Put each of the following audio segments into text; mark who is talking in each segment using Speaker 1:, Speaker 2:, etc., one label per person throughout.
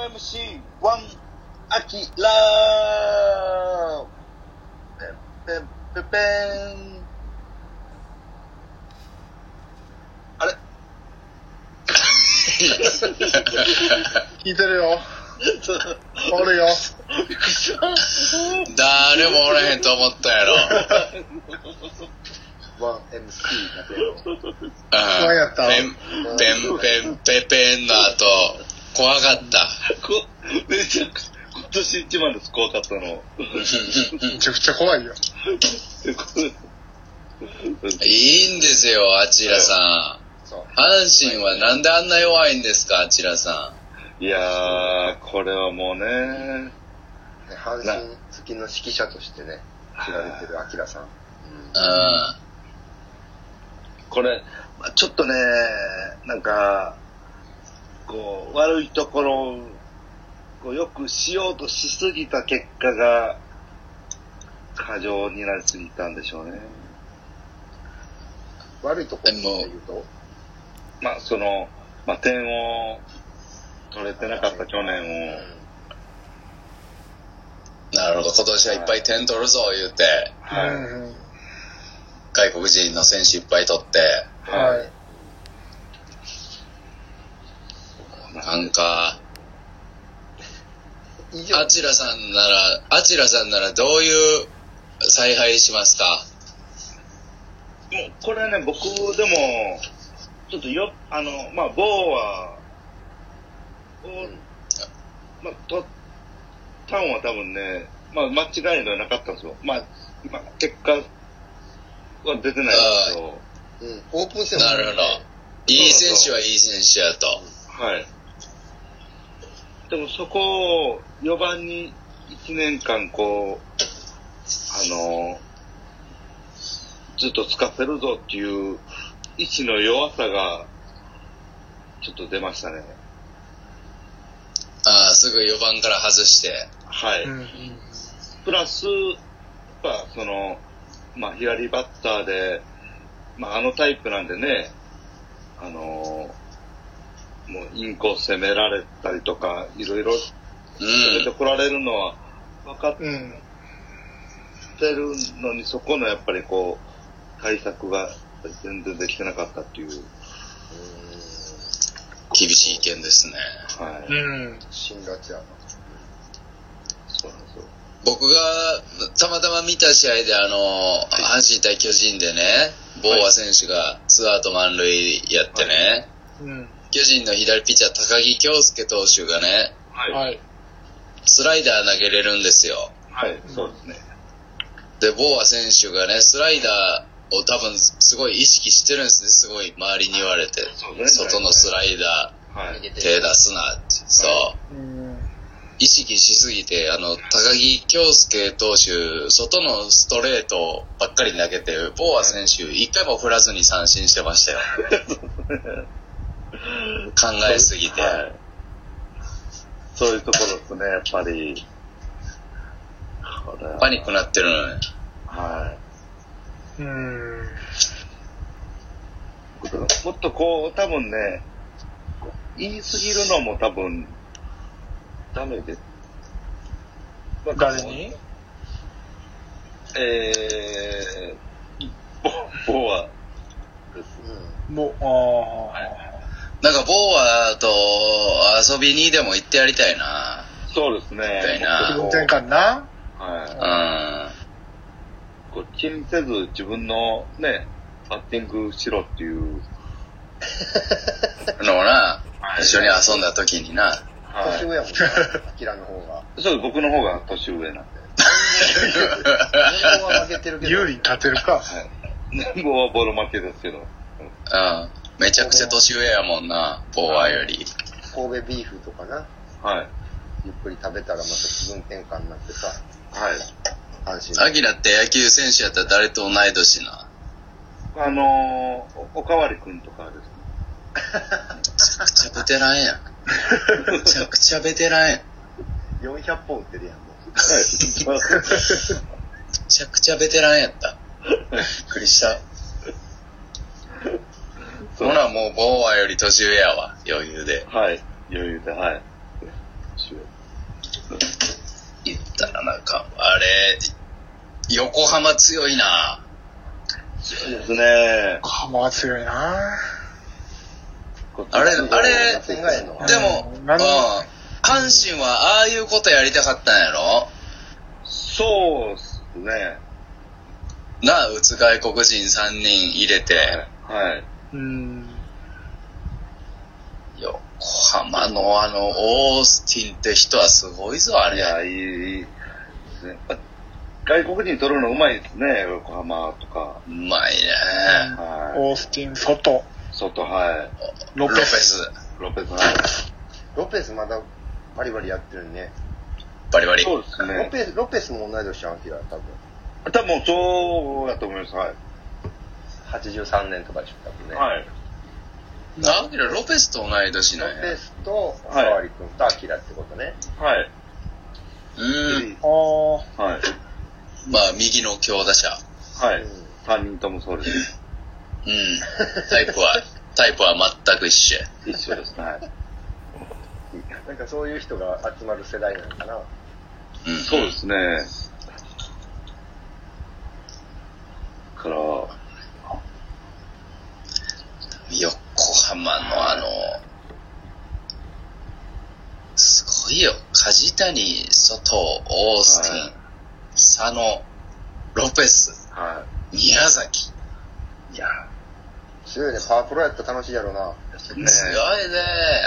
Speaker 1: MC1 アキラペンペンペンペンあれ
Speaker 2: 聞いてるよ。
Speaker 1: ちょっと
Speaker 2: おるよ。
Speaker 1: びっくりした
Speaker 3: 誰もおらへんと思ったや ろ。
Speaker 4: 1MC だけど、
Speaker 3: あ
Speaker 2: 怖やった
Speaker 3: ペン、ペン、ペン、ペペンの後、怖かった。
Speaker 1: こめちゃくちゃ今年一番です怖かったの
Speaker 2: めちゃくちゃ怖いよ。
Speaker 3: いいんですよ、あちらさん。
Speaker 4: そう。
Speaker 3: 阪神はなんであんな弱いんですか、あちらさ
Speaker 1: いやーこれはもうね
Speaker 4: ね阪神好きの指揮者としてね、知られてるアキラさん。
Speaker 3: ん。うん。
Speaker 1: これ、まあちょっとね、なんか、こう、悪いところを、こう、よくしようとしすぎた結果が、過剰になりすぎたんでしょうね。
Speaker 4: 悪いところって言うと、
Speaker 1: まあ、その、まあ、点を取れてなかった去年を、
Speaker 3: なるほど、今年はいっぱい点取るぞ、言うて、
Speaker 1: はい。
Speaker 2: うんうん
Speaker 3: 外国人の選手いっぱい取って、
Speaker 2: はい。
Speaker 3: なんか、
Speaker 4: 以上
Speaker 3: あちらさんなら、あちらさんならどういう采配しますか
Speaker 1: もう、これね、僕でも、ちょっとよ、あの、まあ、ボーは、を、まあ、と、タンは多分ね、まあ、間違いがなかったんですよ。まあ、まあ、結果は出てないですけど、
Speaker 4: うん、オープン戦も
Speaker 3: なるほど。いい選手はいい選手やと。
Speaker 1: はい。でもそこを4番に1年間こう、あの、ずっと使わせるぞっていう意志の弱さが、ちょっと出ましたね。
Speaker 3: ああ、すぐ4番から外して。
Speaker 1: はい。
Speaker 2: うんうん
Speaker 1: プラス、やっぱその、まあ、左バッターで、まあ、あのタイプなんでね、あのもうインコース攻められたりとか、いろいろ
Speaker 3: う
Speaker 1: 攻めて
Speaker 3: ん。
Speaker 1: こられるのは分かっ
Speaker 2: うん。
Speaker 1: てるのに、そこのやっぱりこう、対策が全然できてなかったっていう。
Speaker 3: 厳しい意見ですね。
Speaker 1: は
Speaker 2: う
Speaker 1: い。
Speaker 2: ん。
Speaker 4: 新ガチャの。
Speaker 1: そうなんですよ。
Speaker 3: 僕がたまたま見た試合であの、阪神対巨人でね、ボーア選手がツーアウト満塁やってね、
Speaker 2: うん。
Speaker 3: 巨人の左ピッチャー高木京介投手がね、
Speaker 1: はい。
Speaker 2: はい。
Speaker 3: スライダー投げれるんですよ。
Speaker 1: はい、そうですね。
Speaker 3: で、ボーア選手がね、スライダーを多分すごい意識してるんですね、すごい周りに言われて。
Speaker 1: そうね
Speaker 3: 外のスライダ
Speaker 1: は
Speaker 4: 逃げ
Speaker 1: い。
Speaker 3: ー、
Speaker 4: て
Speaker 3: 手
Speaker 4: る。
Speaker 3: 出すなって。そう。
Speaker 2: うん。
Speaker 3: 意識しすぎて、あの、高木京介投手、外のストレートばっかり投げて、ボーア選手、一回も振らずに三振してましたよ。考えすぎて。
Speaker 1: はいそういうところですね、やっぱり。これは
Speaker 3: パニックになってるのに。
Speaker 1: は
Speaker 2: うん。
Speaker 1: い。もっとこう、多分ね、言い過ぎるのも多分、ダメです。
Speaker 2: 誰に
Speaker 1: えー、ボボは、
Speaker 2: もう、あ
Speaker 3: なんか、ボーアと遊びにでも行ってやりたいな。
Speaker 1: そうですね。
Speaker 3: たい
Speaker 2: あ。
Speaker 3: な
Speaker 2: 気
Speaker 1: もっ
Speaker 2: 分転
Speaker 1: とこ
Speaker 2: 換な。
Speaker 1: うは
Speaker 3: うん。
Speaker 1: い。こう気にせず自分のね、バッティングしろっていう。
Speaker 3: のもな、
Speaker 1: はい
Speaker 3: 一緒に遊んだ時にな。
Speaker 1: はい。
Speaker 4: 年上やもんね、アキラの方 が。
Speaker 1: そうです、僕の方が年上なんで。
Speaker 4: 年俸は負けてるけど。
Speaker 2: 有利に立てるか。
Speaker 1: はい。年俸はボロ負けですけど。
Speaker 3: うん。めちゃくちゃ年上やもんな、ボーアより。
Speaker 4: 神戸ビーフとかな、
Speaker 1: はい。
Speaker 4: ゆっくり食べたらまた気分転換になってさ、
Speaker 1: はい。
Speaker 4: 安心。
Speaker 3: アキラって野球選手やったら誰と同い年な。
Speaker 1: あのー、おおかわりくんとかですね。
Speaker 3: めちゃくちゃベテランやん。めちゃくちゃベテランやん。め
Speaker 4: 400本売ってるやん、もう。
Speaker 3: ちゃくちゃベテランやった。びっくりした。ほらもうボーアより年上やわ、余裕で。
Speaker 1: はい。余裕で、はい。年
Speaker 3: ー、横浜強いな。
Speaker 1: そうですね。
Speaker 2: 浜は強いな
Speaker 3: あれ、あれ、
Speaker 4: 考
Speaker 3: で
Speaker 4: えんのは
Speaker 3: も、うん、
Speaker 2: な
Speaker 3: 阪
Speaker 2: るほ
Speaker 3: 神はああいうことやりたかったんやろ
Speaker 1: そうですね。
Speaker 3: なあ、打つ外国人3人入れて、
Speaker 1: はい。
Speaker 2: うん。
Speaker 3: 横浜のあの、オースティンって人はすごいぞ、あ
Speaker 1: い
Speaker 3: れ。
Speaker 1: や、いい、いいですね。やっぱ外国人取るのうまいですね、横浜とか。
Speaker 3: うまいね。
Speaker 1: は
Speaker 2: オースティン、ソト、
Speaker 1: い。外、は
Speaker 3: ロ
Speaker 2: ロ
Speaker 3: ペ
Speaker 2: ペス。
Speaker 3: ス、
Speaker 1: い。ロペス、はい。
Speaker 4: ロペスまだバリバリやってるね。
Speaker 3: バリバリ。
Speaker 1: そうです
Speaker 4: ロ
Speaker 1: ね。
Speaker 4: ペス、ロペスも同い年やん、アキラ、多分。
Speaker 1: 多分そうやと思います。はい。
Speaker 4: 83年とかでしょ、多分ね。
Speaker 1: はい。
Speaker 3: アキラ、ロペスと同い年なん
Speaker 4: ロ
Speaker 3: や。
Speaker 4: ペスと、サワリ君とアキラってことね。
Speaker 1: はい。
Speaker 3: うん。
Speaker 2: あー
Speaker 1: はい。
Speaker 3: まあ、右の強打者。
Speaker 1: は
Speaker 4: う
Speaker 1: い
Speaker 4: ん。
Speaker 1: 三人ともそうです。
Speaker 3: うん。タイプは、タイプは全く一緒や。
Speaker 1: 一緒ですね。はい。
Speaker 4: なんかそういう人が集まる世代なのかな。
Speaker 3: うん。
Speaker 1: そうですね。から、
Speaker 3: 横浜のあの、すごいよ。梶谷、外、オースティン、
Speaker 1: はい
Speaker 3: 佐野、ロペス、
Speaker 1: は
Speaker 3: 宮崎。
Speaker 1: い。いや、
Speaker 4: 強いね。パワープロやったら楽しいやろうな。
Speaker 1: です
Speaker 3: 強い
Speaker 1: ね
Speaker 3: ね。。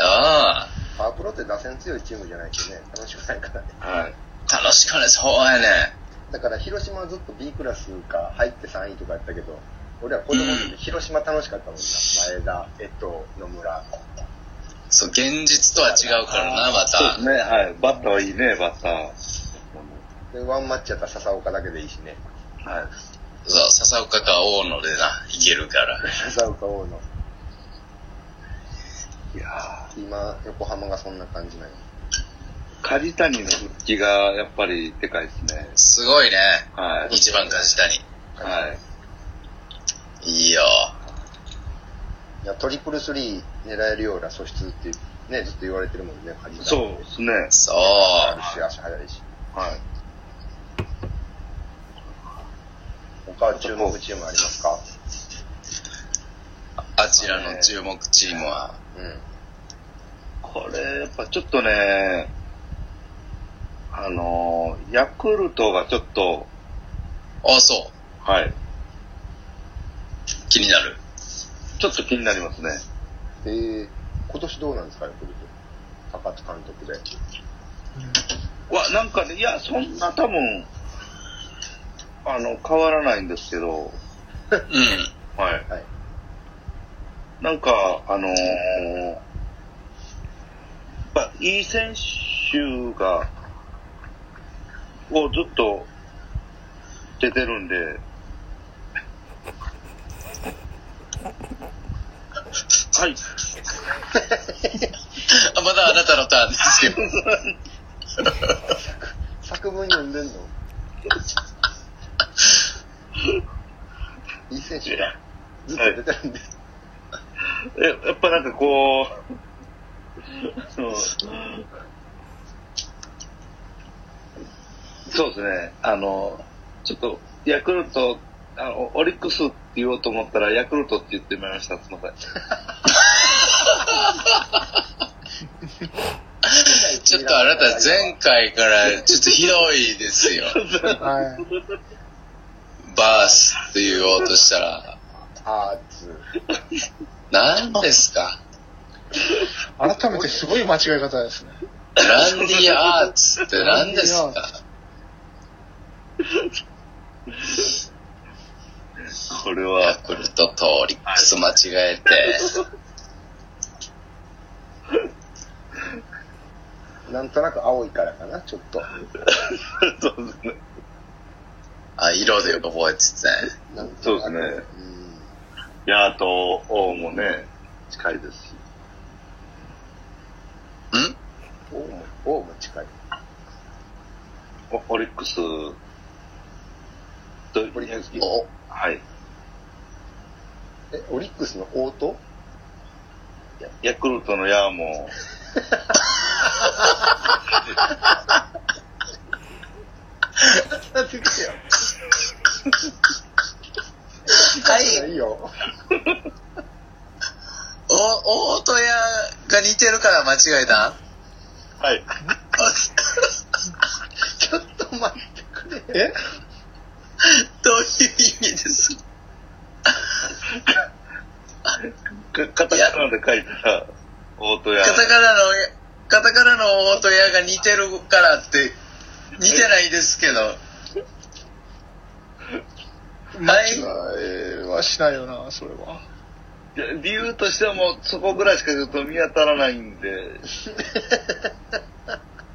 Speaker 3: あ
Speaker 4: パワープロって打線強いチームじゃないけどね。楽しくないからね。
Speaker 1: はい。
Speaker 3: あ。楽しかね、そうやね。
Speaker 4: だから広島はずっと B クラスか入って3位とかやったけど、俺は子供の時広島楽しかったもんな。前田、江藤、野村。
Speaker 3: そう、現実とは違うからな、ま
Speaker 1: そうで
Speaker 3: た。
Speaker 1: すね。はい。バッターはいいね、バッター。
Speaker 4: で、ワンマッチやったら笹岡だけでいいしね。
Speaker 1: はい。
Speaker 3: そう、笹岡か大野でな、いけるから。
Speaker 4: 笹岡王の。
Speaker 1: いやー
Speaker 4: 今、横浜がそんな感じなんよ。
Speaker 1: 梶谷の復帰がやっぱりでかいですね。
Speaker 3: すごいね。
Speaker 1: はい。
Speaker 3: 一番梶谷。
Speaker 1: はい。
Speaker 3: いいよ。
Speaker 4: いや、トリプルスリー狙えるような素質っていう、ね、ずっと言われてるもんね、梶谷
Speaker 1: そうですね。
Speaker 3: そう。
Speaker 4: あるし、足速いし。
Speaker 1: はい。
Speaker 4: 他は注目チームありますか
Speaker 3: あちらの注目チームは。
Speaker 4: うん。
Speaker 1: これ、やっぱちょっとね、あのー、ヤクルトがちょっと、
Speaker 3: あ、そう。
Speaker 1: はい。
Speaker 3: 気になる。
Speaker 1: ちょっと気になりますね。
Speaker 4: えー、今年どうなんですか、ヤクルト。高津監督で。
Speaker 1: わ、なんかね、いや、そんな多分、あの、変わらないんですけど、
Speaker 3: うん。
Speaker 1: はい。
Speaker 4: はい
Speaker 1: なんか、あのー、やっぱいい選手が、をずっと出てるんで、 はい。
Speaker 3: あまだあなたのターンですけど。
Speaker 4: 作文読んでんのいい選手だ。ずっと出てるんで。
Speaker 1: え、やっぱなんか こう、あのそうですね、あの、ちょっと、ヤクルト、あの、オリックスって言おうと思ったら、ヤクルトって言ってみました、すみません。
Speaker 3: ちょっとあなた前回からちょっとひどいですよ。
Speaker 2: はい。
Speaker 3: バースって言おうとしたら。
Speaker 4: アーツ。
Speaker 3: 何ですか
Speaker 2: 改めてすごい間違い方ですね。
Speaker 3: ランディアーツって何です
Speaker 2: ランディ
Speaker 3: か
Speaker 1: これ
Speaker 3: ヤ
Speaker 1: は、
Speaker 3: クルトとオリックス間違えて。
Speaker 4: なんとなく青いからかな、ちょっと。
Speaker 1: そうですね。
Speaker 3: あ、色で覚えてて。
Speaker 4: なんとなく
Speaker 1: そうですね。
Speaker 4: うん
Speaker 1: ヤーと王もね、近いですし。
Speaker 3: ん
Speaker 4: 王も、王も近い。
Speaker 1: おオリックスと、
Speaker 4: オリックス
Speaker 3: お
Speaker 1: はい。
Speaker 4: え、オリックスの王と
Speaker 1: ヤクルトのヤーも、
Speaker 4: なってきてよ。
Speaker 3: はい、
Speaker 4: いいよ。
Speaker 3: お、大戸屋が似てるから間違えた
Speaker 1: はい。
Speaker 4: ちょっと待ってくれよ。
Speaker 2: え
Speaker 3: どういう意味ですか
Speaker 1: かカタカナで書いたら、大戸屋。
Speaker 3: カタカナの、カタカナの大戸屋が似てるからって、似てないですけど。はい。
Speaker 2: 違いはしないよな、それは。
Speaker 1: いや理由としてはもうそこぐらいしかちょっと見当たらないんで、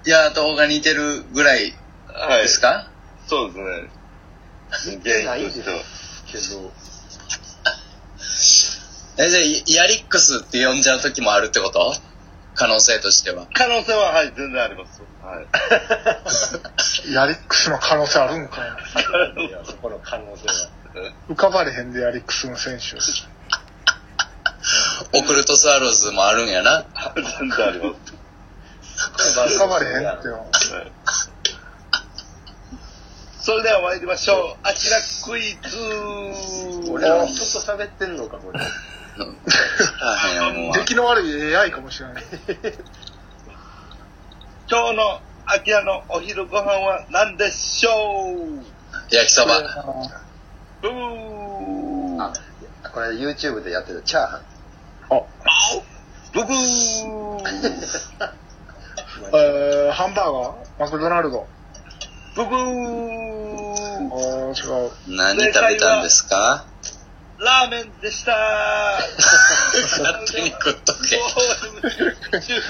Speaker 3: いや、動画似てるぐらい
Speaker 1: はい。
Speaker 3: ですか、
Speaker 1: そうですね。
Speaker 4: 似てないです
Speaker 1: 原因
Speaker 4: けど、
Speaker 3: え、じゃあ、ヤリックスって呼んじゃう時もあるってこと可能性としては。
Speaker 1: 可能性は、はい、全然あります。 はい。
Speaker 2: ヤリックスの可能性あるんかな。
Speaker 4: いや、そこの可能性 は。
Speaker 2: 浮かばれへんで、ヤリックスの選手。
Speaker 3: オクルトスワローズもあるんやな。
Speaker 1: 全然あります。
Speaker 2: 浮かばれへんってよ。
Speaker 1: はいそれでは参りましょう。あきらクイズ。
Speaker 4: 俺は人と喋ってんのか、これ。
Speaker 3: 大変やもう。
Speaker 2: 出来の悪い AI かもしれない。
Speaker 1: 今日のあきらのお昼ご飯は何でしょう
Speaker 3: 焼きそば。
Speaker 1: ブー。
Speaker 4: あ、いやこれ YouTube でやってたチャーハン。
Speaker 1: ブブー。
Speaker 2: えー、ハンバーガーマクドナルド。
Speaker 1: ブブー
Speaker 2: あ。ー、違う。
Speaker 3: 何食べたんですか
Speaker 1: ラーメンでした。
Speaker 3: 勝手に食っとけ。
Speaker 1: 応援中